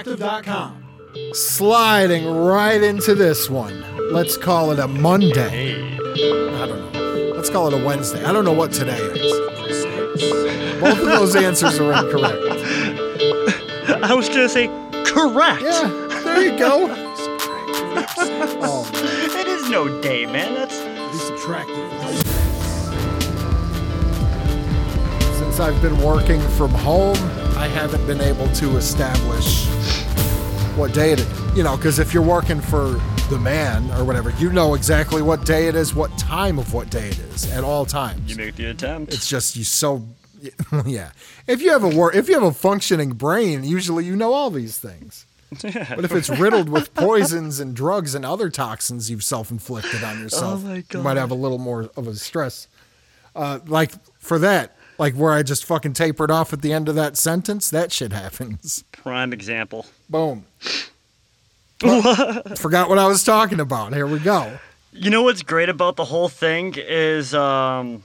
TheSubtractive.com. Sliding right into this one. Let's call it a Monday. Hey. I don't know. Let's call it a Wednesday. I don't know what today is. Both of those answers are incorrect. I was gonna say correct. Yeah, there you go. Oh, It is no day, man. That's Since I've been working from home, I haven't been able to establish what day it is. You know, because if you're working for the man or whatever, you know exactly what day it is, what time of what day it is at all times. you make the attempt. it's just you so yeah. If you have a wor- if you have a functioning brain, usually you know all these things. But if it's riddled with poisons and drugs and other toxins you've self-inflicted on yourself, my you might have a little more of a stress. Uh, like for that, like where I just fucking tapered off at the end of that sentence, that shit happens. prime example. Boom. Well, forgot what I was talking about. Here we go. You know what's great about the whole thing is um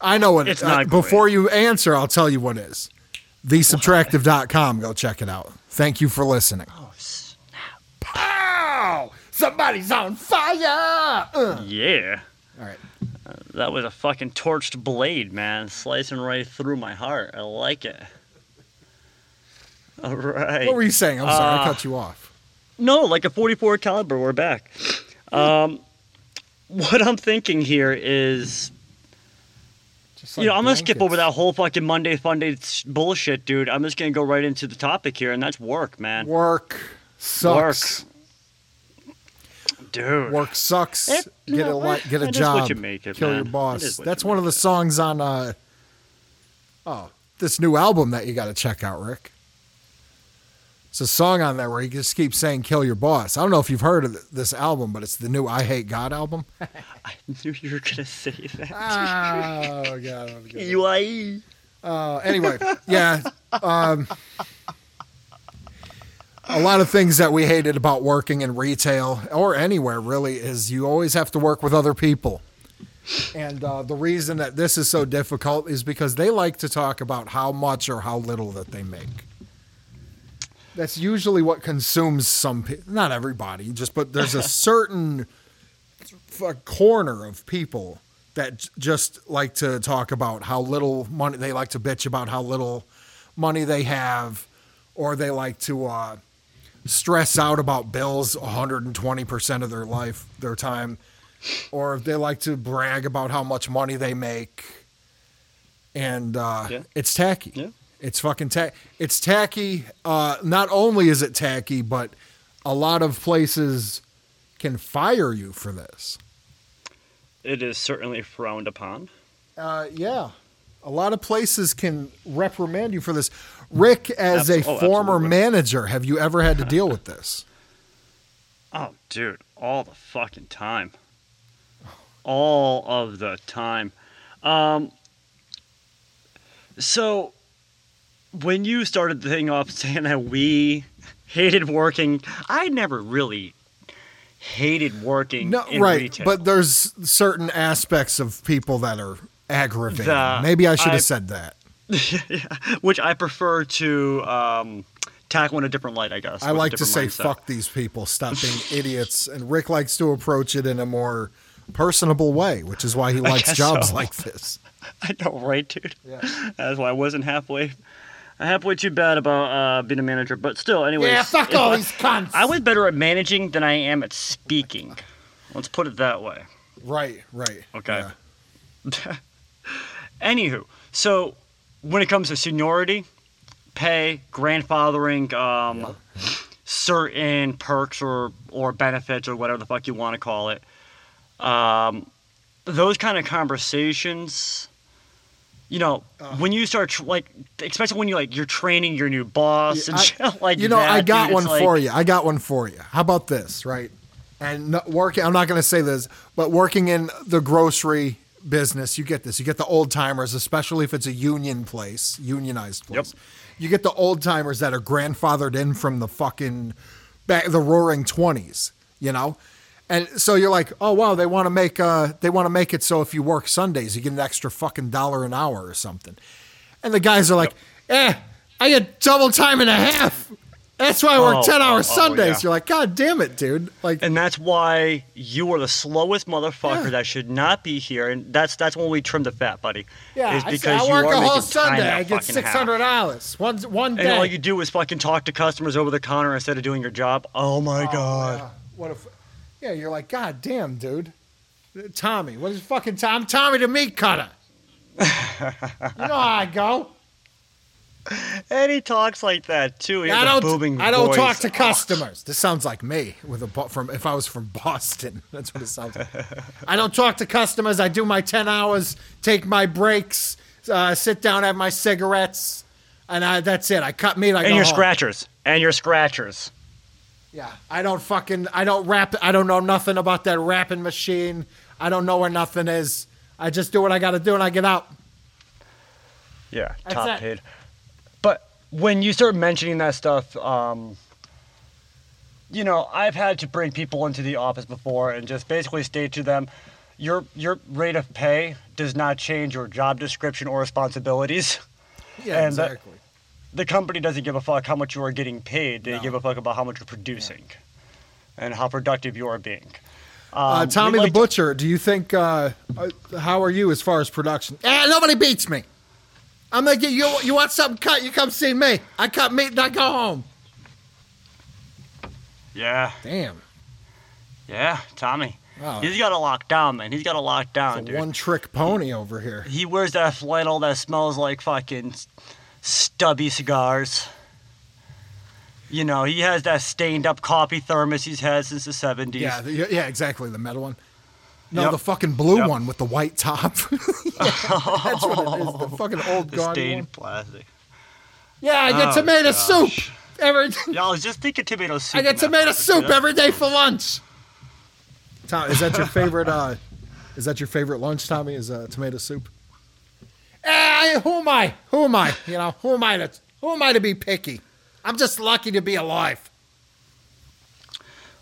I know what It's uh, not great. Before you answer, I'll tell you what is. TheSubtractive.com. Go check it out. Thank you for listening. Oh, snap. Pow! Somebody's on fire! Uh. yeah. All right. That was a fucking torched blade, man, slicing right through my heart. I like it. All right. What were you saying? I'm sorry. Uh, I cut you Hmm. off. No, like a 44 caliber. We're back. Um, what I'm thinking here is, Just you know, like I'm gonna skip over that blankets. whole fucking Monday Funday s- bullshit, dude. I'm just gonna go right into the topic here, and that's work, man. Work sucks. Dude. Work, sucks. It- get a no, li- get a it is job. what you make it, Kill man. your It boss. is what That's you one of make the songs on uh, oh this new album that you got to check out, Rick. It's a song on there where he just keeps saying "kill your boss." I don't know if you've heard of th- this album, but it's the new "I Hate God" album. I knew you were gonna say Ah, that. E. oh God! I'm good. UIE. Uh, anyway, yeah. Um, a lot of things that we hated about working in retail or anywhere really is you always have to work with other people. And uh, the reason that this is so difficult is because they like to talk about how much or how little that they make. That's usually what consumes some people, not everybody, just but there's a certain a corner of people that j- just like to talk about how little money they like to bitch about how little money they have, or they like to uh, stress out about bills 120% of their life, their time, or they like to brag about how much money they make. And uh, Yeah. it's tacky. Yeah. It's fucking tacky. It's tacky. Uh, not only is it tacky, but a lot of places can fire you for this. It is certainly frowned upon. Uh, yeah. A lot of places can reprimand you for this. Rick, as Abso- a oh, former absolutely. manager, have you ever had to deal with this? Oh, dude, all the fucking time. All of the time. Um, so, when you started the thing off saying that we hated working, I never really hated working No, in right. retail. But there's certain aspects of people that are aggravating. The- Maybe I should I- have said that. Which I prefer to um, tackle in a different light, I guess. I with a like to different say, mindset. fuck these people, stop being idiots. And Rick likes to approach it in a more personable way, which is why he likes guess jobs so. like this. I know, right, dude? That's why I wasn't halfway, halfway too bad about uh, being a manager. But still, anyways. if I- cunts. I was better at managing than I am at speaking. Let's put it that way. Right, right. Okay. Yeah. Anywho, so when it comes to seniority, pay, grandfathering, um, certain perks or, or benefits or whatever the fuck you want to call it, um, those kind of conversations, you know, when you start tr- like, especially when you like you're training your new boss and I- shit like you know that, i got dude, one it's like- for you i got one for you how about this right and no, working i'm not going to say this but working in the grocery business you get this you get the old timers especially if it's a union place unionized place you get the old timers that are grandfathered in from the fucking back the roaring 20s you know and so you're like oh wow they want to make uh they want to make it so if you work sundays you get an extra fucking dollar an hour or something and the guys are like eh i get double time and a half That's why I work Oh, 10 hour oh, oh, Sundays. yeah. You're like, God damn it, dude. Like, And that's why you are the slowest motherfucker Yeah. that should not be here. And that's that's when we trim the fat, buddy. yeah, is I, because I you work are a whole making time Sunday. that I get fucking half. $600. One, one And day. all you do is fucking talk to customers over the counter instead of doing your job. Oh my god. Yeah. What if? Yeah, you're like, God damn, dude. Tommy, what is fucking Tom? Tommy the meat cutter. you know how I go. And he talks like that too. He I has a don't. booming I don't voice. Ah. talk to customers. This sounds like me with a bo- from if I was from Boston. That's what it sounds like. I don't talk to customers. I do my ten hours, take my breaks, uh, sit down, have my cigarettes, and I, that's it. I cut meat. I And go your home. scratchers. And your scratchers. Yeah, I don't fucking, I don't rap, I don't know nothing about that rapping machine. I don't know where nothing is. I just do what I got to do and I get out. Yeah, That's top it. paid. But when you start mentioning that stuff, um, you know, I've had to bring people into the office before and just basically state to them, your your rate of pay does not change your job description or responsibilities. Yeah, And uh, that- exactly. The company doesn't give a fuck how much you are getting paid. They No. give a fuck about how much you're producing and how productive you are being. uh, Um, we Tommy the like to- Butcher, do you think, uh, uh, how are you as far as production? Eh, nobody beats me. I'm going to get you, you want something cut, you come see me. I cut meat and I go home. Yeah, Damn. yeah, Tommy. Wow. He's got a locked down, man. He's got a locked down, It's a dude. one trick pony over here. He wears that flannel that smells like fucking s- stubby cigars. You know, he has that stained up coffee thermos he's had since the 70s. Yeah, the- yeah, exactly. The metal one. No, Yep. the fucking blue Yep. one with the white top. Yeah, that's what it is. The fucking old the guard. stained plastic. Yeah, I get Oh, tomato gosh. soup every. Yeah, I was just thinking tomato soup. I get in that tomato fucking soup shit. every day for lunch. Tom, is that your favorite? Uh, is that your favorite lunch, Tommy? Is uh, tomato soup? Eh, who am I? Who am I? You know, who am I to who am I to be picky? I'm just lucky to be alive.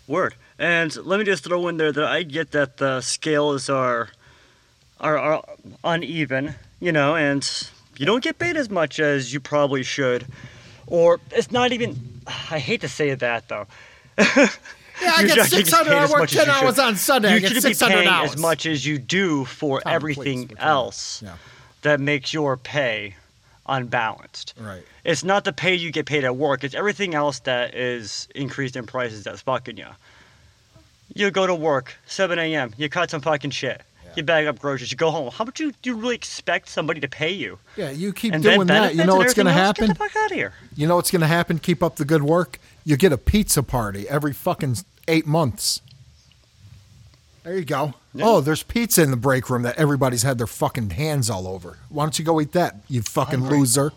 Word. And let me just throw in there that I get that the scales are are, are uneven, you know, and you don't get paid as much as you probably should. Or it's not even. I hate to say that though. Yeah, I You get just- you just six hundred. paid I as work much as ten you should. hours on Sunday. I you get should six be hundred paying hours. as much as you do for Tom, please, everything we're trying to- else. Yeah, That makes your pay unbalanced. right. It's not the pay you get paid at work. It's everything else that is increased in prices that's fucking you. You go to work, 7 a.m. You cut some fucking shit. Yeah. You bag up groceries. You go home. How much do you, do you really expect somebody to pay you? Yeah, you keep And doing then that. You know what's going gonna to happen? Get the fuck out of here. You know what's going to happen? Keep up the good work. You get a pizza party every fucking eight months. There you go. Yeah. Oh, there's pizza in the break room that everybody's had their fucking hands all over. Why don't you go eat that, you fucking loser?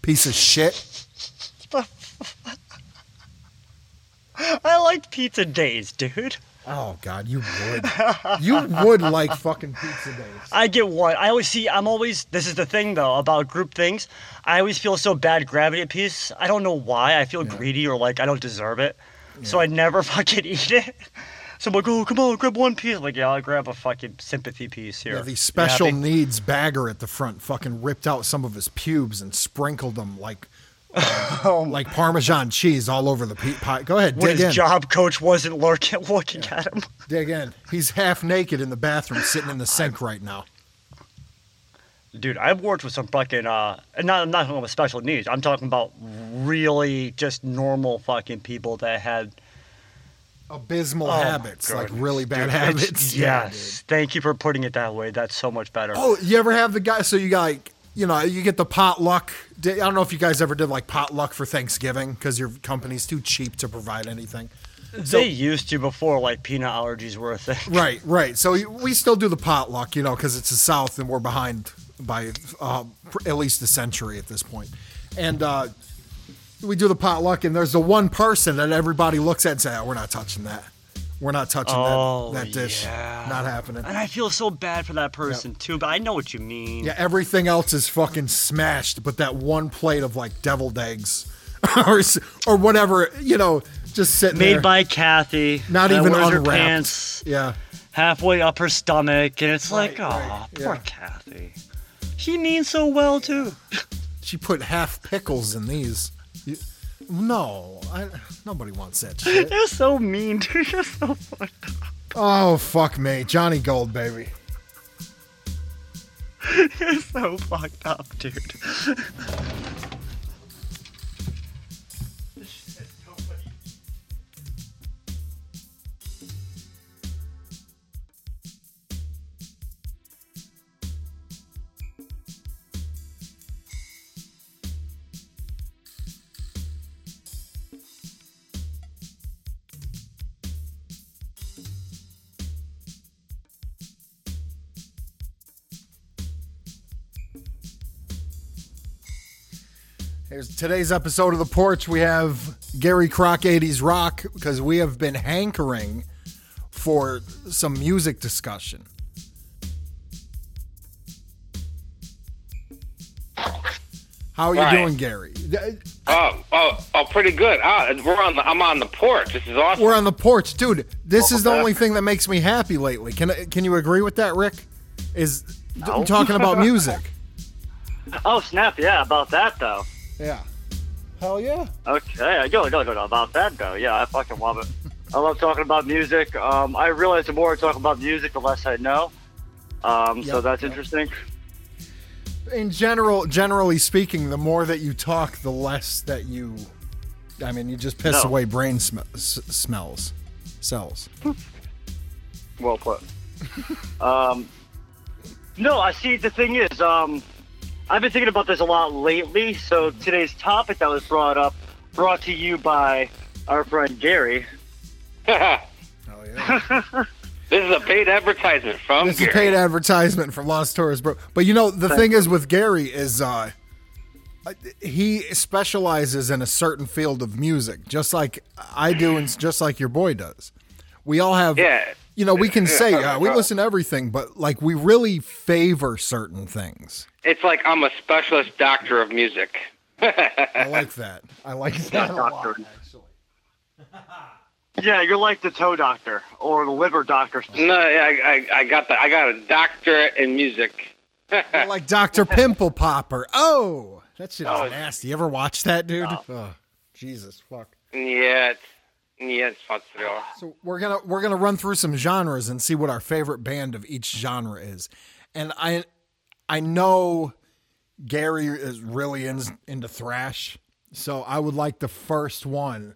Piece of shit. I liked pizza days, dude. Oh, God, you would. you would like fucking pizza days. I get one. I always see. I'm always. This is the thing though about group things. I always feel so bad grabbing a piece. I don't know why. I feel greedy or like I don't deserve it. So I never fucking eat it. So I'm like, oh come on, grab one piece. like yeah, I'll grab a fucking sympathy piece here. Yeah, the You special happy? needs bagger at the front fucking ripped out some of his pubes and sprinkled them like Oh like Parmesan cheese all over the pe- pie. Go ahead, when dig his in. job coach wasn't lurking, looking at him. Dig in. He's half naked in the bathroom, sitting in the sink right now. Dude, I've worked with some fucking. Uh, and not I'm not talking about special needs. I'm talking about really just normal fucking people that had Abysmal Oh, habits, my like goodness, really bad dude. It's- habits. Yeah, dude. Yes. Thank you for putting it that way. That's so much better. Oh, you ever have the guy? So you got like, you know, you get the potluck. di- I don't know if you guys ever did like potluck for Thanksgiving because your company's too cheap to provide anything. they used to before like peanut allergies were a thing. Right, right. So you- we still do the potluck, you know, because it's the South and we're behind by uh, pr- at least a century at this point. And uh, we do the potluck, and there's the one person that everybody looks at and say, oh, "We're not touching that. We're not touching Oh, that, that dish. yeah. Not happening." And I feel so bad for that person too, but I know what you mean. Yeah, everything else is fucking smashed, but that one plate of like deviled eggs or s- or whatever, you know, just sitting Made there, by Kathy. not that even wears unwrapped. her pants Yeah. halfway up her stomach, and it's like, oh, Right, right, poor yeah. Kathy. She means so well too. She put half pickles in these. You- No, I, nobody wants that shit. You're so mean, dude. You're so fucked up. Oh fuck me, Johnny Gold, baby. You're so fucked up, dude. Here's today's episode of The Porch. We have Gary Kroc 80s Rock because we have been hankering for some music discussion. How are you Right. doing, Gary? Th- Oh, oh, oh, pretty good. Ah, we're on the, I'm on the porch. This is awesome. We're on the porch, dude. This is the back. only thing that makes me happy lately. Can I- can you agree with that, Rick? Is I'm talking about music. Oh snap! Yeah, about that though. Yeah. Hell yeah. Okay, yo, no, no, no, about that though. Yeah, I fucking love it. I love talking about music. Um, I realize the more I talk about music, the less I know. Um, so Yep, that's yep. interesting. in general generally speaking the more that you talk the less that you i mean you just piss No. away brain sm- s- smells cells Well put. um, no, I see. The thing is, um, I've been thinking about this a lot lately. So today's topic that was brought up, brought to you by our friend Gary. oh yeah this is a paid advertisement from it's a Gary. paid advertisement from lost Taurus bro but you know the thing is with gary is uh he specializes in a certain field of music just like i do and just like your boy does we all have yeah. you know we can Yeah, say I uh, we know. listen to everything but like we really favor certain things It's like I'm a specialist doctor of music. i like that i like that a lot Doctor. Yeah, you're like the toe doctor or the liver doctor. No, I, I, I got the, I got a doctorate in music. They're like Dr. Pimple Popper. Oh, that shit is Oh, it's- nasty. You ever watch that, dude? Ugh, Jesus, fuck. Yeah, it's, yeah, it's fun to do. So we're gonna we're gonna run through some genres and see what our favorite band of each genre is. And I I know Gary is really in, into thrash, so I would like the first one.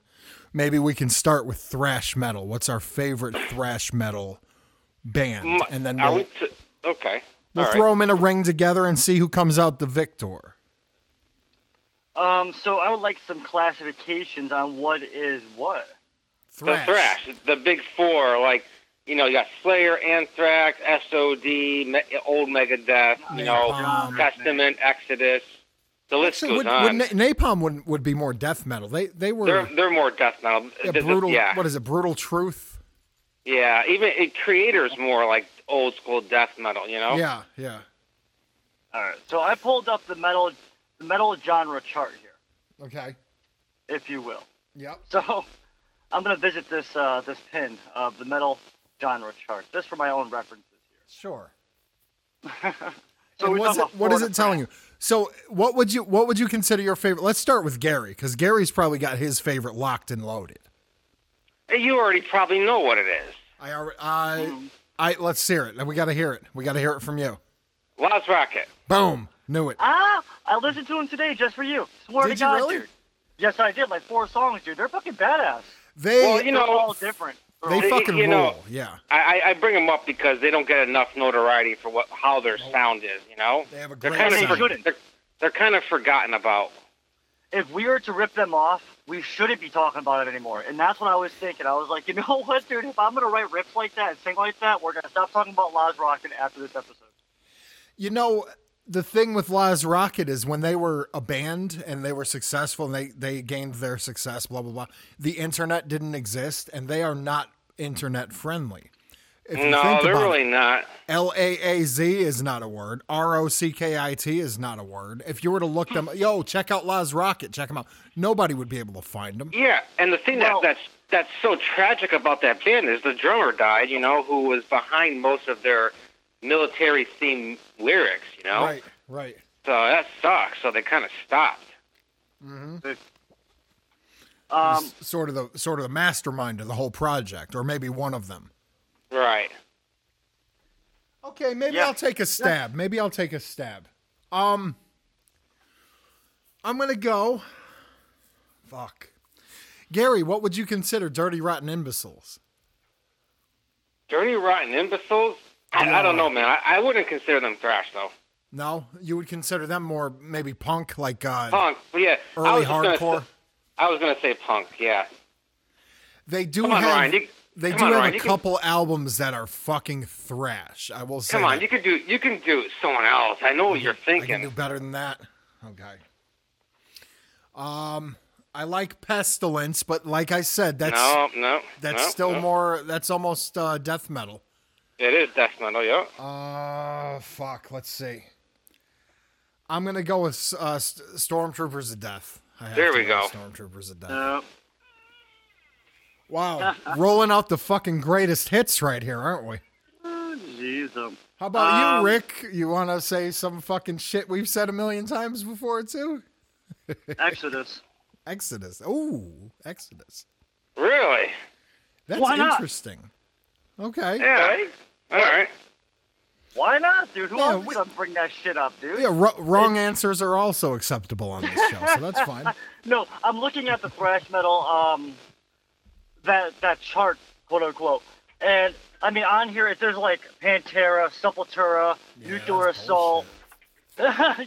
Maybe we can start with thrash metal. What's our favorite thrash metal band? And then Mm, Are we'll, we t- okay. we'll All right. throw them in a ring together and see who comes out the victor. Um, so I would like some classifications on what is what. the thrash, the big four, like you know, you got Slayer, Anthrax, SOD, Me- Old Megadeth, you know, Napalm. Testament, Exodus. The list Actually, goes would, would on. Na- Napalm would would be more death metal. They they were they're they're more death metal. yeah, Th- th- brutal. yeah, What is it? Brutal Truth. yeah. Even it, creators more like old school death metal. You know. Yeah, yeah. All right. So I pulled up the metal, the metal genre chart here, Okay. if you will. Yep. So I'm gonna visit this uh, this pin of the metal genre chart just for my own references here. Sure. So And we're what's talking it, about what is Florida it telling you? So what would you what would you consider your favorite? Let's start with Gary because Gary's probably got his favorite locked and loaded. You already probably know what it is. I already I I let's hear it. We got to hear it. We got to hear it from you. Las Rocket. Boom. Knew it. Ah, I listened to him today just for you. Swear Did to you God, really? dude. Yes, I did. Like four songs, dude. They're fucking badass. They Well, you They're know, all different. They're they all- fucking you rule. know- yeah. I, I- I bring them up because they don't get enough notoriety for what how their sound is. You know. They have a They're great kind They of shouldn't. they're, they're kind of forgotten about. if we were to rip them off, we shouldn't be talking about it anymore. And that's what I was thinking. I was like, you know what, dude? If I'm gonna write rips like that and sing like that, we're gonna stop talking about Laz Rockin' after this episode. You know, the thing with Laz Rocket is when they were a band and they were successful and they, they gained their success, blah, blah, blah, the internet didn't exist and they are not internet friendly. If you No, think they're about really not. L A A Z is not a word. R O C K I T is not a word. If you were to look them, yo, check out Laz Rocket, check them out. Nobody would be able to find them. Yeah, and the thing Well- that that's that's so tragic about that band is the drummer died. You know, who was behind most of their military theme lyrics. You know, Right, right. so that sucks. So they kind of stopped. Um, sort of the sort of the mastermind of the whole project, or maybe one of them. Right. Okay, maybe Yeah. I'll take a stab. Maybe I'll take a stab. Um, I'm gonna go. Fuck, Gary, what would you consider dirty, rotten imbeciles? Dirty, rotten imbeciles? I, I don't know, man. I, I wouldn't consider them thrash, though. No, you would consider them more maybe punk, like uh, Punk, but yeah. I early was just gonna hardcore. say- I was going to say punk, yeah. They do Come on, have Ryan, you- they come do on, have Ryan, a you can- couple albums that are fucking thrash. I will say. Come on, that. you can do you can do someone else. I know what you're I can do thinking. better than that. Okay. Um, I like pestilence, but like I said, that's No, no. that's no, still no. more. That's almost uh, death metal. It is death metal, yeah. Uh, fuck. Let's see. I'm gonna go with uh, St- Stormtroopers of Death. I have There to we go. Stormtroopers of Death. uh, wow, rolling out the fucking greatest hits right here, aren't we? jeez, um, How about Um, you, Rick? You want to say some fucking shit we've said a million times before too? Exodus. Exodus. Ooh, Exodus. Really? That's Why not? interesting. Okay. Yeah. Right? All right. Why not, dude? Who Yeah, else we- is gonna bring that shit up, dude? Yeah, wr- wrong answers are also acceptable on this show, so that's fine. No, I'm looking at the thrash metal um that that chart, quote unquote. And I mean on here it, there's like Pantera, Sepultura, Nuclear that's Assault.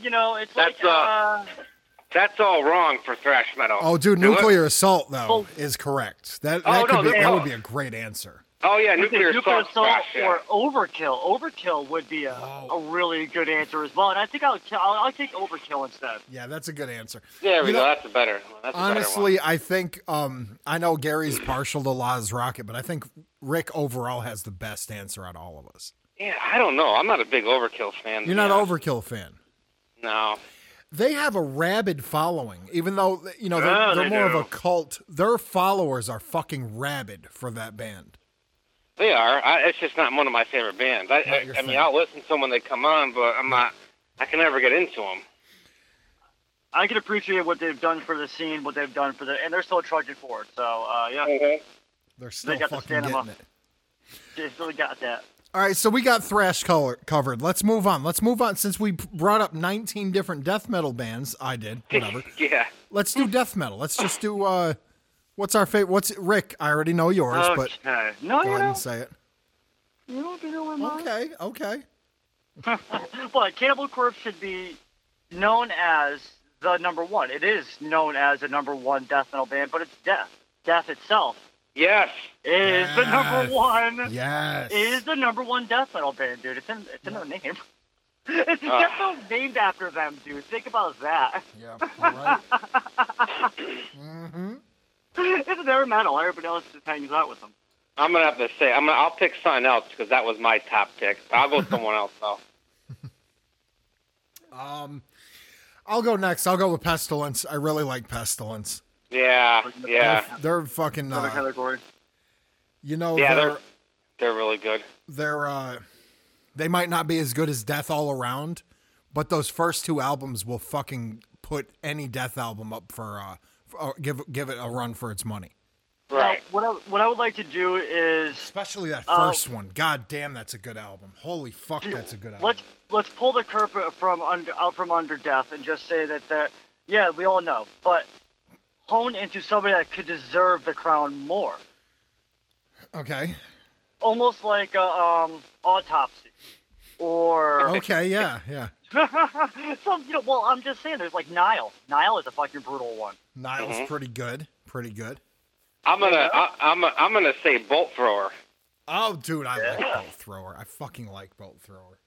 you know, it's That's, like uh, That's all wrong for thrash metal. Oh, dude, Now, what- nuclear assault though Oh. is correct. That Oh, that, could no, be, they're that would wrong. be a great answer. Oh yeah, either nuclear, Nuclear assault, Assault thrash, yeah. or Overkill. Overkill would be a, a really good answer as well. And I think I'll I'll, I'll take Overkill instead. Yeah, that's a good answer. There we You go. know, That's a better. That's a better Honestly, I think um, I know Gary's partial to Laz Rocket, but I think Rick overall has the best answer out of all of us. one. yeah, I don't know. I'm not a big Overkill fan. to You're be not honest. Overkill fan. No, they have a rabid following, even though you know they're, Yeah, they're they more do. of a cult. Their followers are fucking rabid for that band. they are. I, it's just not one of my favorite bands. I, Not I, your I thing. mean, I'll listen to them when they come on, but I'm not. I can never get into them. I can appreciate what they've done for the scene, what they've done for the, and they're still trudging forward. So uh, yeah, They're still got to fucking stand 'em getting up. it. they still got that. All right, so we got thrash color covered. Let's move on. Let's move on since we brought up 19 different death metal bands. I did, whatever. Yeah. Let's do death metal. Let's just do uh, what's our favorite? What's Rick? I already know yours, Uh, but Okay. go No, you ahead know, and say it. you don't be doing mine. Okay, okay. But Cannibal Corpse should be known as the number one. It is known as the number one death metal band, but it's death. Death itself Yes. is the Yes. number one. Yes. Is the number one death metal band, dude. It's in it's in their name. It's a death metal named after them, dude. Think about that. yeah. all right. It's their metal. Everybody else just hangs out with them. I'm gonna have to say I'm. Gonna, I'll pick something else because that was my top pick. I'll go with someone else though. I'll go next. I'll go with Pestilence. I really like Pestilence. Yeah. Yeah. They're fucking Another uh, category. you know Yeah. they're They're they're really good. they're uh they might not be as good as Death All Around, but those first two albums will fucking put any Death album up for uh f- uh, give give it a run for its money. Right. Now, what I, what I would like to do is Especially that Oh. first one. God damn, that's a good album. Holy fuck, that's a good album. let's let's pull the curve from under out from under death and just say that that yeah we all know but hone into somebody that could deserve the crown more Okay. almost like a um autopsy or Okay, yeah, yeah. some you know well i'm just saying there's like nile nile is a fucking brutal one Nile's Mm-hmm. pretty good. Pretty good. I'm gonna. I, I'm. i I'm gonna say bolt thrower. Oh, dude, I like Bolt Thrower. I fucking like Bolt Thrower.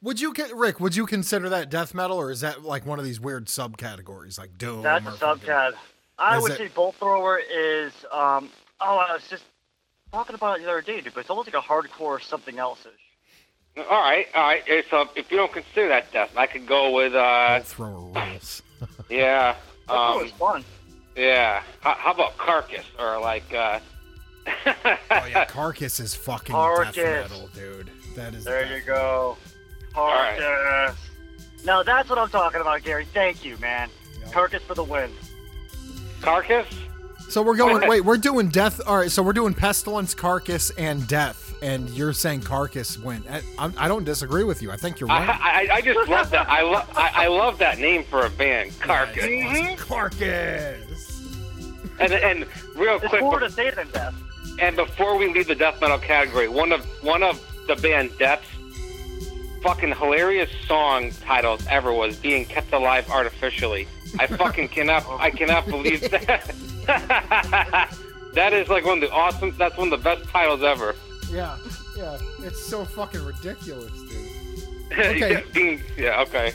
Would you get Rick? Would you consider that death metal, or is that like one of these weird subcategories, like doom? that's or a fucking- subcat i Oh, Is would it- say bolt thrower is um oh i was just talking about it the other day dude but it's almost like a hardcore something else ish All right. All right. eh, So if you don't consider that death, I could go with. uh Bolt Thrower rules. Yeah. oh Um, it's fun yeah. How, how about carcass or like? uh Oh yeah, Carcass is fucking Carcass. death metal, dude. That is. There you go. right. Carcass. No, that's what I'm talking about, Gary. Thank you, man. Yep. Carcass for the win. Carcass? So we're going. Wait, we're doing death. All right, so we're doing pestilence, carcass, and death. And you're saying carcass went. I, I, I don't disagree with you. I think you're right. I, I, I just love that. I, lo- I, I love that name for a band, Carcass. Mm-hmm. Carcass. And and real There's quick, more to say than death. and before we leave the death metal category, one of one of the band Death's fucking hilarious song titles ever was "Being Kept Alive Artificially." I fucking cannot, I cannot believe that. that is like one of the awesome. That's one of the best titles ever. Yeah, yeah. It's so fucking ridiculous, dude. Okay. Being- yeah. Okay.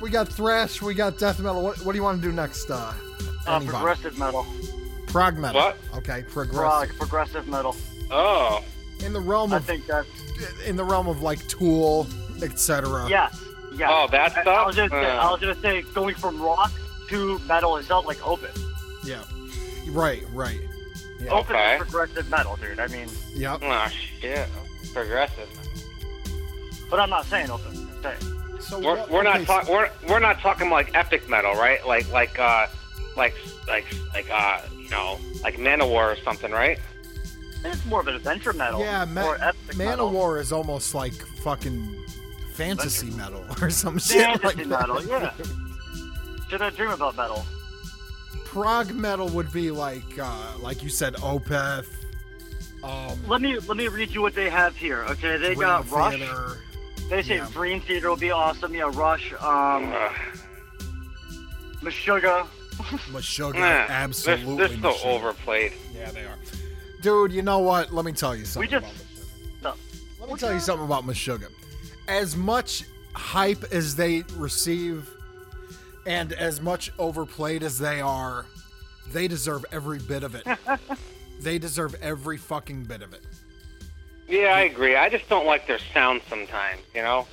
We got thrash. We got death metal. What, what do you want to do next? Uh, Uh, anybody? progressive metal. Prog metal. What? Okay, Prog, progressive. progressive metal. Oh. In the realm I of think that's in the realm of like Tool, etc. yes, yes. Oh, that I, I was stuff? gonna say, Uh. I was gonna say going from rock to metal is not like open. Yeah. Right. Right. Yeah. Oh. Open Okay. is progressive metal, dude. I mean, Yep. Oh shit. Progressive. but I'm not saying open. I'm saying So We're, what- we're not okay, so- talking. We're, we're not talking like epic metal, right? Like like uh, like like like uh, you know, like Manowar or something, right? it's more of an adventure metal. Yeah, Ma- or epic metal. Manowar is almost like fucking fantasy metal or some shit Fantasy like that. metal, yeah. Should I dream about metal? Prog metal would be like, uh, like you said, Opeth. Um, Let me let me read you what they have here. Okay, they Dream got Rush. Theater. They say Yeah. Uh. Dream Theater will be awesome. Yeah, Rush. Um, Ugh. Meshuggah. Meshuggah, Nah, absolutely. They're, they're Meshuggah. so overplayed. Yeah, they are. Dude, you know what? Let me tell you something. just- about Meshuggah. No. Let me tell you something about Meshuggah. As much hype as they receive, and as much overplayed as they are, they deserve every bit of it. they deserve every fucking bit of it. Yeah, I agree. I just don't like their sound sometimes. You know.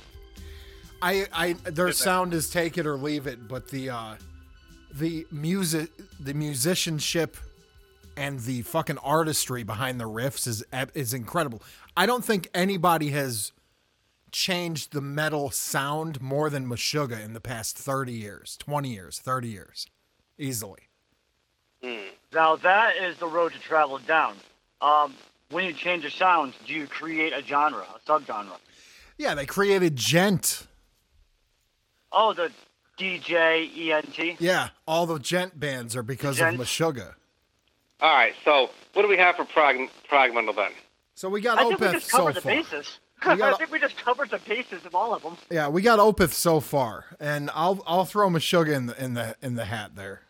I, I, their sound is take it or leave it, but the, uh, the music, the musicianship, and the fucking artistry behind the riffs is ab- is incredible. I don't think anybody has changed the metal sound more than Meshuggah in the past thirty years, twenty years, thirty years, easily. Now that is the road to travel down. Um, when you change a sound, do you create a genre, a subgenre? Yeah, they created gent. Oh, the E DJ ENT. Yeah, all the gent bands are because of Gent? Meshuggah. All right. So what do we have for prog prog metal then? So we got I think we Opeth just oh, so covered the far. bases. We got- I think we just covered the bases of all of them. Yeah, we got Opeth so far, and I'll I'll throw Meshuggah in the in the in the hat there.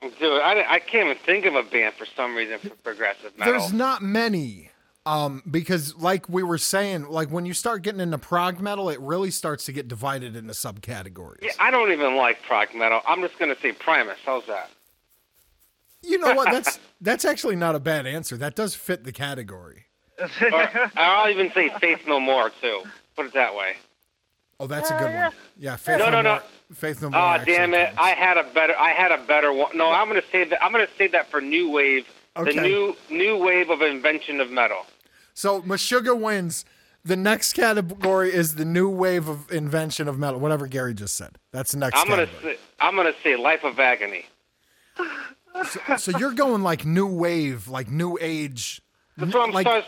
Dude, I, I can't even think of a band for some reason for progressive metal. There's not many, um, because like we were saying, like when you start getting into prog metal, it really starts to get divided into subcategories. Yeah, I don't even like prog metal. I'm just gonna say Primus. How's that? You know what? That's that's actually not a bad answer. That does fit the category. Or, I'll even say Faith No More too. Put it that way. Oh, that's a good one. Yeah, Faith No, no, no. More- Faith no more. Oh actually damn it! counts. I had a better. I had a better one. No, I'm gonna say that. I'm gonna say that for new wave. Okay. The new new wave of invention of metal. So Meshuggah wins. The next category is the new wave of invention of metal. Whatever Gary just said. That's the next. I'm gonna category. say, I'm gonna say Life of Agony. So you're going like new wave, like new age, That's what I'm like supposed-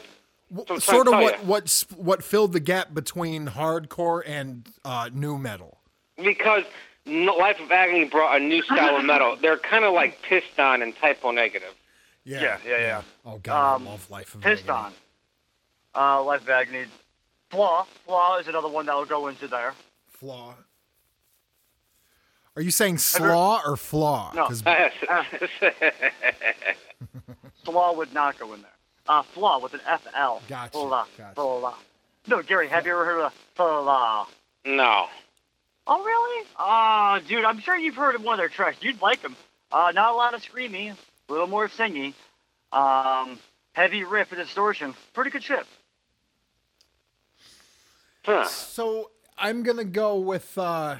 w- that's what sort of I'm what telling what s- what filled the gap between hardcore and uh, new metal. because n- Life of Agony brought a new style of metal. They're kind of like pissed on and typo negative. Yeah, yeah, yeah. Oh god, Um, I love Life of Pissed Agony. on. Uh, Life Agony. Flaw. Flaw is another one that will go into there. Flaw. Are you saying slaw or flaw? No. 'Cause- Flaw would not go in there. Uh, flaw with an F L. Gotcha, Flaw. gotcha. Flaw. No, Gary, have you ever heard of Halal? No. Oh, really? Oh, dude, I'm sure you've heard of one of their tracks. You'd like them. Uh, not a lot of screamy, a little more singy. Um, heavy riff and distortion. Pretty good shit. Huh. So I'm gonna go with uh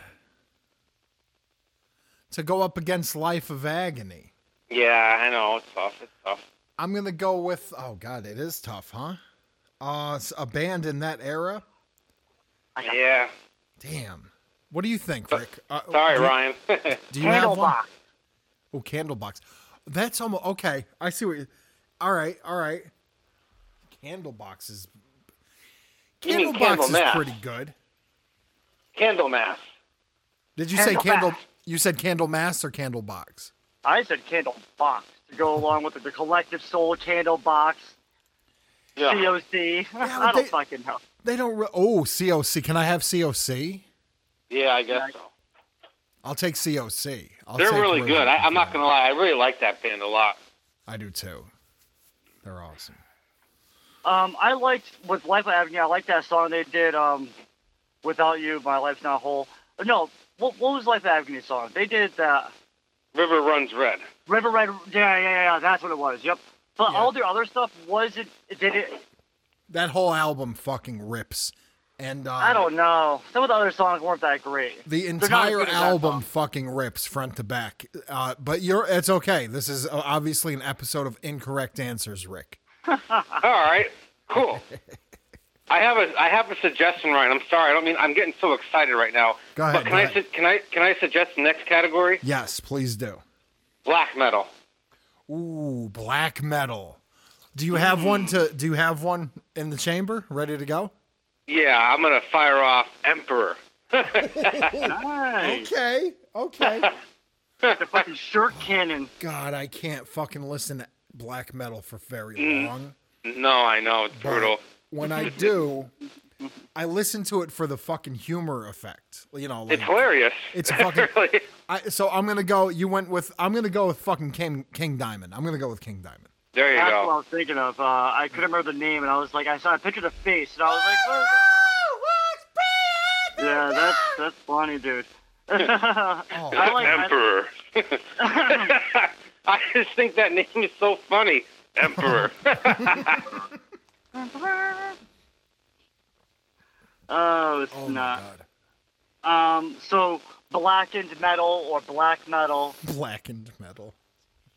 to go up against Life of Agony. Yeah, I know. It's tough. It's tough. I'm gonna go with oh god, it is tough, huh? Uh, s- a band in that era. Yeah. Damn. What do you think, Rick? Uh, Sorry, do, Ryan. Do you have one? Candlebox. Oh, Candlebox. That's almost okay. I see what. you... All right, all right. Candlebox is. You mean Candlebox is Candlemass. pretty good. Candlemass. Did you say Candlemass. candle? You said Candlemass or Candlebox? I said Candlebox to go along with the, Collective Soul Candlebox, Yeah. COC. Yeah, I don't they- fucking know. They don't. Re- oh, COC. Can I have COC? Yeah, I guess so. I'll take COC. I'll They're take really Ruin. good. I, I'm not gonna lie. I really like that band a lot. I do too. They're awesome. Um, I liked with Life of Avenue. I liked that song they did. Um, Without you, my life's not whole. No, what, what was Life of Avenue song? They did that. River Runs Red. River Red. Yeah, yeah, yeah. That's what it was. Yep. But Yeah. all their other stuff wasn't. Did it? That whole album fucking rips. And uh, I don't know. Some of the other songs weren't that great. The They're not as entire good as that album song. fucking rips front to back. Uh, but you're it's okay. This is uh, obviously an episode of incorrect answers, Rick. All right. Cool. I have a I have a suggestion, Ryan. I'm sorry. I don't mean I'm getting so excited right now. Go ahead, But can go I ahead. su- can I can I suggest the next category? Yes, please do. Black metal. Ooh, black metal. Do you have one to? Do you have one in the chamber ready to go? Yeah, I'm gonna fire off Emperor. Nice. Okay, okay. The fucking shirt cannon. God, I can't fucking listen to black metal for very long. No, I know it's but brutal. When I do, I listen to it for the fucking humor effect. You know, like It's hilarious. It's fucking- really. I, so I'm gonna go. You went with. I'm gonna go with fucking King King Diamond. I'm gonna go with King Diamond. There you That's what I go. was thinking of. Uh, I couldn't remember the name, and I was like, I saw a picture of the face, and I was like, what? yeah, that's that's funny, dude. Oh, I like I, Emperor. I just think that name is so funny. Emperor. Oh, it's oh my not. god. Um, so blackened metal or black metal. Blackened metal.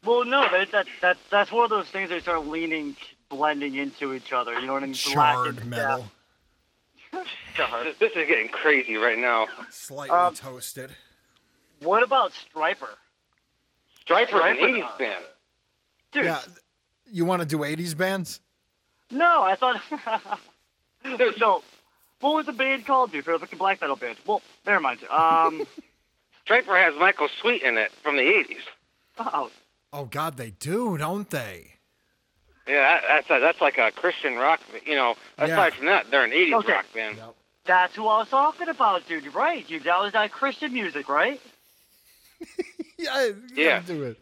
Well, no, but it, that that that's one of those things that start leaning, blending into each other. You know what I mean? Charred Blackened, metal. yeah, charred. this is getting crazy right now. Slightly Um, toasted. What about Striper? Striper's an Striper. 80s band. Dude, Yeah. You want to do 80s bands? no, I thought. no, what was the band called, dude? For the fucking black metal band. Well, never mind. Um, Striper has Michael Sweet in it from the 80s. oh, Oh god, they do, don't they? Yeah, that, that's a, that's like a Christian rock. You know, aside Yeah. from that, they're an 80s Okay. rock band. that's who I was talking about, dude. Right, dude. That was that Christian music, right? Yeah. Yeah. Do it.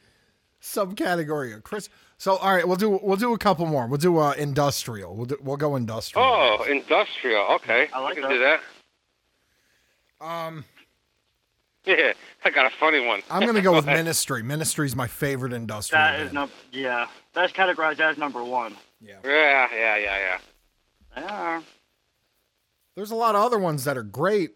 Subcategory of Chris. So all right, we'll do we'll do a couple more. We'll do uh, industrial. We'll do, we'll go industrial. Oh, industrial. Okay, I like can do that. Um, Yeah, I got a funny one. I'm gonna go with Okay. Ministry. Ministry's my favorite industrial. That is band. num Yeah, that's categorized as number one. Yeah. Yeah, yeah, yeah, yeah. Yeah. There's a lot of other ones that are great,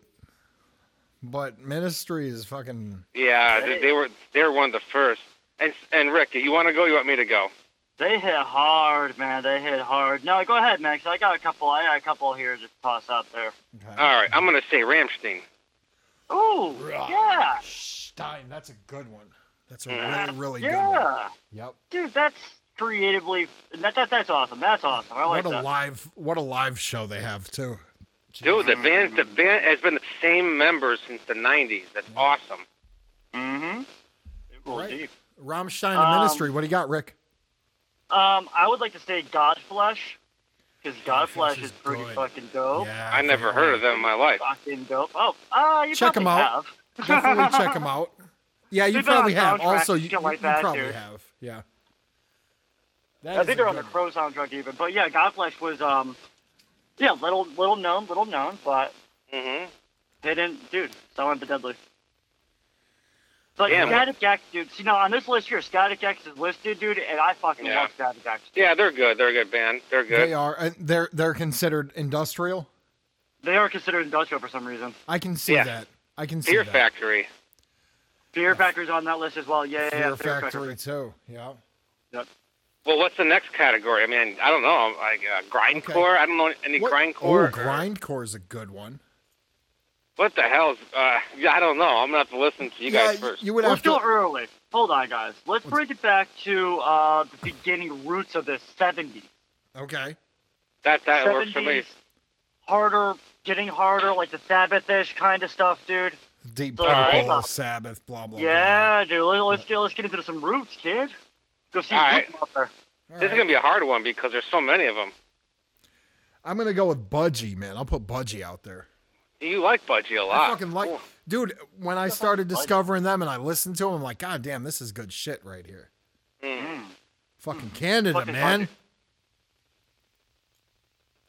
but Ministry is fucking. Yeah, they, they were they were one of the first. And and Rick, you want to go? You want me to go? They hit hard, man. They hit hard. No, go ahead, Max. I got a couple. I got a couple here to toss out there. All right, I'm gonna say Ramstein. Ooh, yeah, Stein, that's a good one. That's a really, really good one. yeah, Yep. dude. That's creatively. That, that that's awesome. That's awesome. I like what a that. live, what a live show they have too. Dude, the band the band has been the same members since the 90s. That's awesome. Mm-hmm. Right. deep. Rammstein and Um, Ministry. What do you got, Rick? Um, I would like to say Godflesh, because Godflesh is is, pretty good. fucking dope. yeah, I never heard of them in my life. Fucking dope. Oh, ah, you Check 'em probably out. have. Definitely check them out. Yeah, you They've been probably have. on soundtracks Also, and you, shit like you that, probably dude. have. Yeah. I think they're on the cross. Crow soundtrack even, but yeah, Godflesh was um, Yeah, little little known, little known, but Mm-hmm. they didn't, dude. Someone but deadly. But Damn. Static X, dude. See, now on this list here, Static X is listed, dude, and I fucking Yeah. love Static X. Yeah, they're good. They're a good band. They're good. They are. and They're they're considered industrial. They are considered industrial for some reason. I can see Yeah. that. I can see Fear that. Factory. Fear Factory's on that list as well. Yeah, yeah, yeah. Fear Factory too. Yeah. Well, what's the next category? I mean, I don't know. Like uh, grindcore. I don't know any What- grindcore. Oh, grindcore is a good one. What the hell? Is, uh, yeah, I don't know. I'm gonna have to listen to you yeah, guys first. you would We're have still to. early. Hold on, guys. Let's break it back to uh, the beginning roots of the 70s. Okay. that that works for me. 70s, harder, getting harder, like the Sabbath-ish kind of stuff, dude. Deep All purple, right. Sabbath, blah blah. Yeah, dude. Let, let's get let's get into some roots, kid. Go see All Root right. Mother. Blah. All This is right. gonna be a hard one because there's so many of them. I'm gonna go with Budgie, man. I'll put Budgie out there. You like Budgie a lot. I fucking like, Cool. dude. When I fuck started Budgie? discovering them and I listened to them, I'm like, God damn, this is good shit right here. Mm. Fucking Canada, Fucking man. Budgie.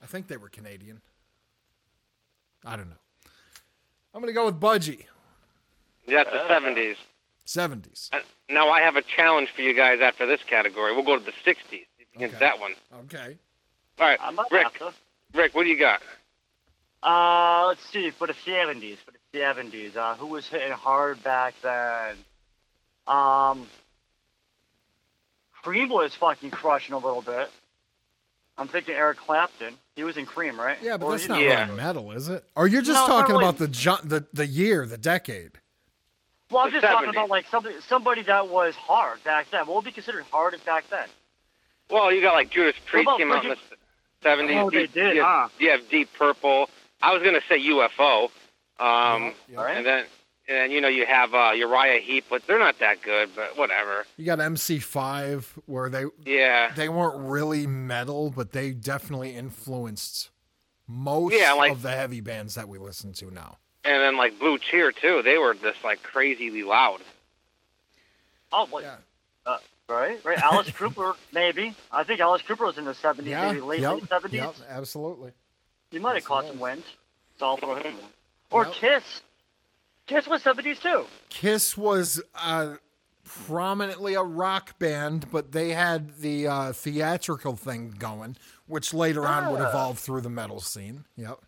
I think they were Canadian. I don't know. I'm gonna go with Budgie. Yeah, it's the 70s. 70s. Uh, Now I have a challenge for you guys after this category. We'll go to the 60s. If you can Okay. get that one. Okay. All right, I'm not Rick. after. Rick, what do you got? Uh, let's see. For the 70s, for the 70s, uh, who was hitting hard back then? Um, Cream was fucking crushing a little bit. I'm thinking Eric Clapton. He was in Cream, right? Yeah, but Or that's he- not Yeah. really metal, is it? Or you're just No, it's not talking really- about the, jo- the the year, the decade. Well, I'm The just talking 70s. about like somebody, somebody that was hard back then. What would be considered hard as back then? Well, you got like Judas Priest about came out in the Bridget- 70s. Oh, they Deep- did, you huh? have, you have Deep Purple. I was gonna say UFO. Um, Yeah. All right. and then and then, you know you have uh, Uriah Heep, but they're not that good. But whatever. You got MC5 where they Yeah. they weren't really metal, but they definitely influenced most Yeah, like- of the heavy bands that we listen to now. And then like Blue Cheer too. They were just like crazily loud. Oh, what? Yeah. Uh, right, right. Alice Cooper, maybe. I think Alice Cooper was in the 70s, Yeah. maybe late, yep, late 70s. yep, absolutely. You might have caught some wind. So I'll throw him in. Or Yep. Kiss. Kiss was 70s too. Kiss was uh, prominently a rock band, but they had the uh, theatrical thing going, which later on would Ah. evolve through the metal scene. Yep.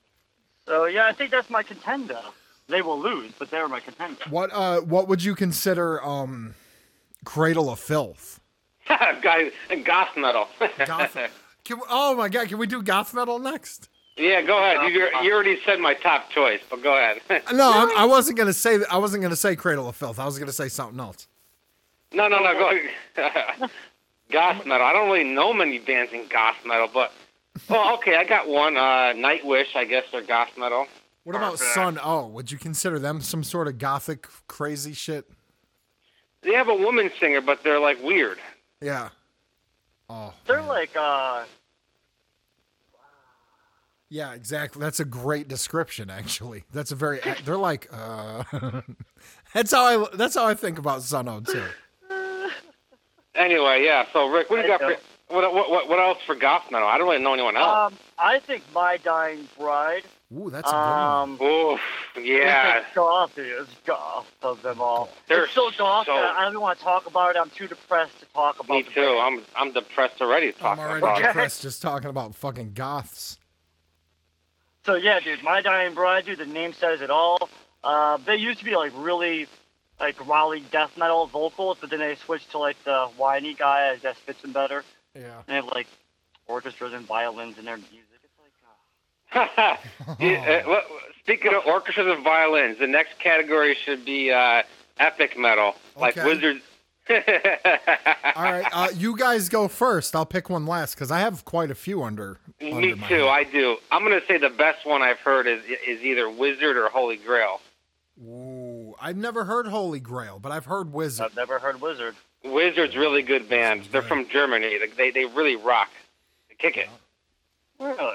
So yeah, I think that's my contender. They will lose, but they're my contender. What uh, what would you consider um, Cradle of Filth? Guys, and goth metal. Goth- can we- oh my god, can we do goth metal next? yeah, go ahead. You, you already said my top choice, but go ahead. No, I'm, I wasn't gonna say I wasn't gonna say Cradle of Filth. I was gonna say something else. No, no, no. Go. goth metal. I don't really know many bands in goth metal, but well, okay, I got one. Uh, Nightwish, I guess they're goth metal. What about Perfect. Sun O? Would you consider them some sort of gothic crazy shit? They have a woman singer, but they're like weird. Yeah. Oh. They're man. like uh Yeah, exactly. That's a great description, actually. That's a very. e, They're like. Uh, that's how I. That's how I think about Sun O too. Anyway, yeah. So Rick, what do you I got? For, what, what what what else for goth metal? I don't really know anyone else. um I think My Dying Bride. Ooh, that's a good one. Um Oof. Yeah. It's goth, dude. It's goth of them all. They're it's so goth so- that I don't even want to talk about it. I'm too depressed to talk about Me the too. band. I'm I'm depressed already I'm talking already about it. depressed just talking about fucking goths. So yeah, dude, My Dying Bride, dude, the name says it all. Uh, they used to be like really like growly death metal vocals, but then they switched to like the whiny guy. I guess fits them better. Yeah. And they have like orchestras and violins in their music. It's like uh, Yeah, uh, well, Speaking of orchestras and violins, the next category should be uh, epic metal, like Okay. Wizards. All right. Uh, you guys go first. I'll pick one last because I have quite a few under. Me under my too. hand. I do. I'm gonna say the best one I've heard is is either Wizard or Holy Grail. Ooh, I've never heard Holy Grail, but I've heard Wizard. uh, I've never heard Wizard. Wizard's really good band. They're from Germany. They- They they really rock. They kick it. Really? Uh,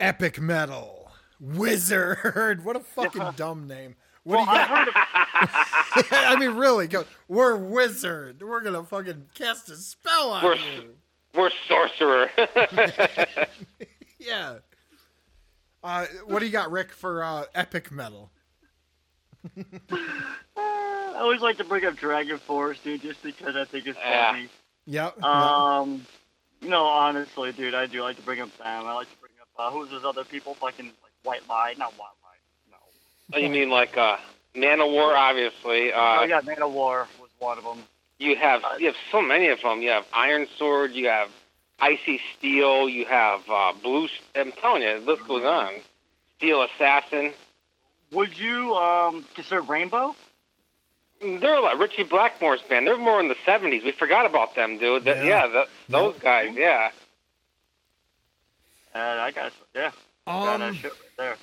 Epic metal. Wizard. What a fucking dumb name. What Well, do you I've got? heard of, I mean, really, go. We're wizard. We're gonna fucking cast a spell on We're- you. We're sorcerer. yeah. Uh, what do you got, Rick, for uh, epic metal? I always like to bring up Dragon Force, dude, just because I think it's Yeah. funny. Yep. Um, no, honestly, dude, I do like to bring up them. I like to bring up uh, who's those other people? Fucking like White Line, not White Line. No. Oh, you mean like uh, Nanowar, obviously. Uh, oh yeah, Man of War was one of them. You have you have so many of them. You have Iron Sword. You have Icy Steel. You have uh, Blue. S- I'm telling you, this goes on. Steel Assassin. Would you um consider Rainbow? They're like Richie Blackmore's band. They're more in the '70s. We forgot about them, dude. Th- Yeah. yeah, th those guys. Yeah. Uh, I got yeah, got that Um, shit right there.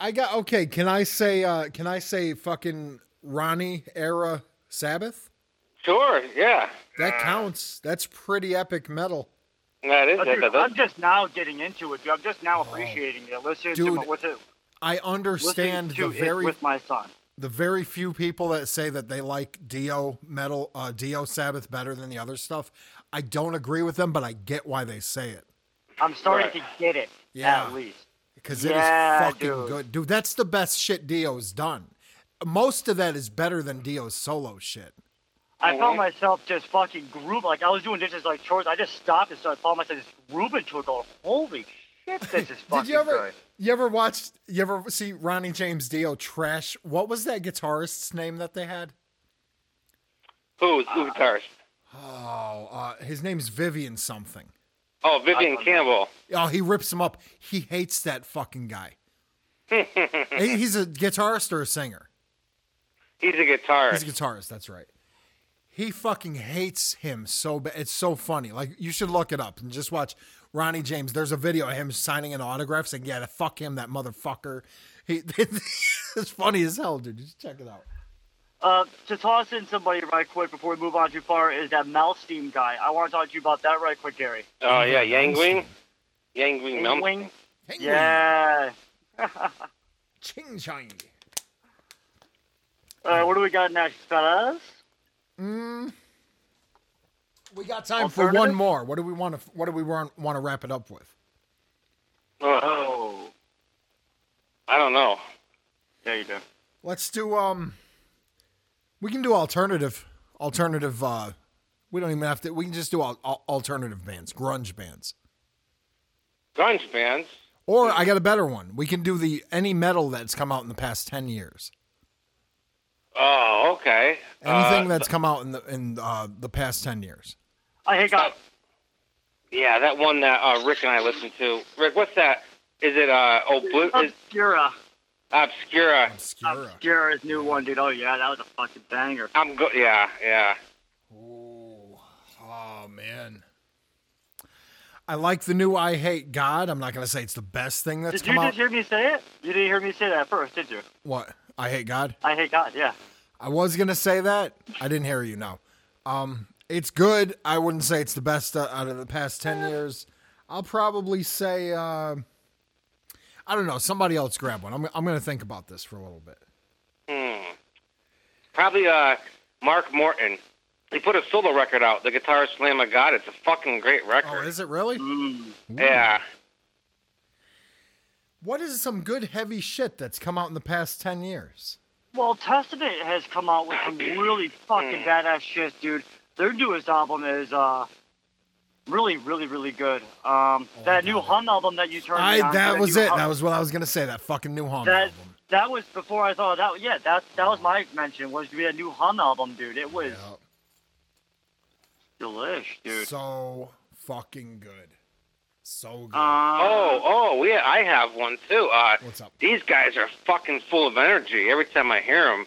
I got okay. Can I say? Uh, can I say fucking Ronnie era Sabbath? Sure. Yeah. That counts. That's pretty epic metal. That is Oh, it. dude, That- I'm just now getting into it. Dude. I'm just now appreciating it. Listening to Dude, my, with it, I listening understand to the it very with my son. the very few people that say that they like Dio metal, uh, Dio Sabbath better than the other stuff. I don't agree with them, but I get why they say it I'm starting Right. to get it. Yeah. At least. because it is Yeah, fucking dude. good, dude. That's the best shit Dio's done. Most of that is better than Dio's solo shit. I found Mhm. myself just fucking grooving. Like I was doing dishes, like chores. I just stopped and started found myself just grooving to it, going, "Holy shit, this is fucking Did you ever good." you ever watch you ever see Ronnie James Dio trash? What was that guitarist's name that they had? who's who's guitarist? Oh, uh, his name's Vivian something. Oh, Vivian I- Campbell. Oh, he rips him up. He hates that fucking guy. He- He's a guitarist or a singer. He's a guitarist. He's a guitarist. That's right. He fucking hates him so bad. It's so funny. Like you should look it up and just watch Ronnie James. There's a video of him signing an autograph saying, "Yeah, fuck him, that motherfucker." He, it's funny as hell, dude. Just check it out. Uh, to toss in somebody right quick before we move on too far is that Malsteam guy. I want to talk to you about that right quick, Gary. oh yeah, Yangwing. Yangwing Malmsteen. Wing. Mm. Yeah. Ching Chang. Uh, what do we got next, fellas? We got time for one Alternative? more. What do we want to? What do we want want to wrap it up with? Ugh, Oh, I don't know. there you go. Let's do um we can do alternative alternative uh we don't even have to we can just do al- al- alternative bands, grunge bands. Grunge bands. Or I got a better one. We can do the any metal that's come out in the past 10 years. Oh, okay. Anything Uh, that's come out in the in uh the past 10 years. I hang up. Yeah, that one that uh, Rick and I listened to. Rick, what's that? Is it uh Obli- is Obscura. Um, Obscura? Obscura. Obscura's new one, dude. Oh yeah, that was a fucking banger. I'm go. Yeah, yeah. Oh, oh man. I like the new I Hate God. I'm not going to say it's the best thing that's Did you come out. just hear me say it? You didn't hear me say that at first, did you? What? I Hate God? I hate God. Yeah. I was gonna say that. I didn't hear you. No, um, it's good. I wouldn't say it's the best uh, out of the past ten years. I'll probably say uh, I don't know. Somebody else grab one. I'm I'm gonna think about this for a little bit. Probably uh Mark Morton. He put a solo record out, the Guitar Slam of God. It's a fucking great Oh, record. is it really? yeah. What is some good heavy shit that's come out in the past ten years? Well, Testament has come out with some really fucking badass shit, dude. Their newest album is uh really, really, really good. Um, that new Hum album that you turned me Oh, I on. that to, was new it. Hum- That was what I was gonna say. That fucking new Hum that. album. That was before I thought that. Yeah, that that was my mention was to be a new Hum album, dude. It was Yep. delish, dude. So fucking good. So good. Uh, Oh, oh, yeah. I have one too. Uh, What's up? these guys are fucking full of energy. Every time I hear them,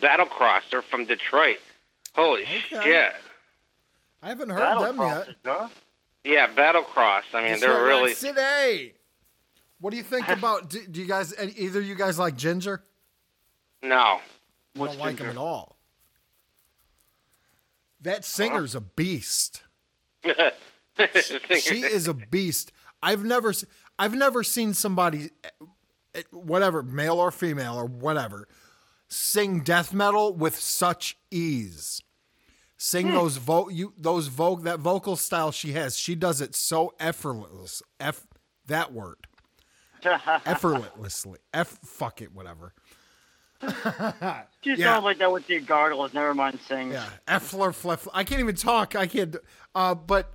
Battlecross. They're from Detroit. Holy shit. I haven't heard them Battlecross, yet. huh? Yeah, Battlecross. I mean, Just they're like really. today. What do you think about? Do, do you guys either you guys like ginger? No. What's don't like him at all. That singer's a beast. She is a beast. I've never se- I've never seen somebody, eh, whatever male or female or whatever, sing death metal with such ease. Sing Hmm. those vo- you those vogue that vocal style she has. She does it so effortless. F that word. effortlessly. F fuck it, whatever. You Yeah. sound like that with your gargles. Never mind saying. Yeah, Effler Flef. I can't even talk. I can't. Uh, but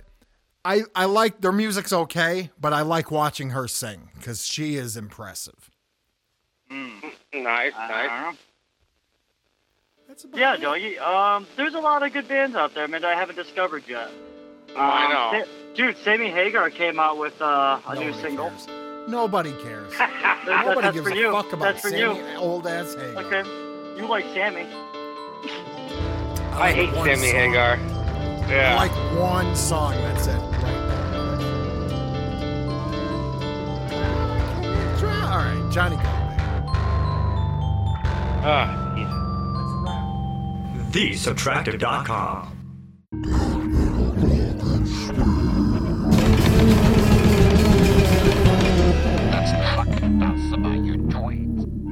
I I like their music's okay, but I like watching her sing because she is impressive. Nice, nice. I That's don't know. Yeah, doggy. Um, there's a lot of good bands out there, man. That I haven't discovered yet. I Um, know. Sa- dude, Sammy Hagar came out with uh, a new single. Cares. Nobody cares. That- Nobody that's gives for a you. fuck about That's for Sammy you. old ass Hagar. Okay. You like Sammy? I hate One Sammy song. Hagar. I Yeah. like one song. That's it. Right there. Try- All right, Johnny. Got Oh, Ah, Jesus. TheSubtractive.com. That's not enough about your toys.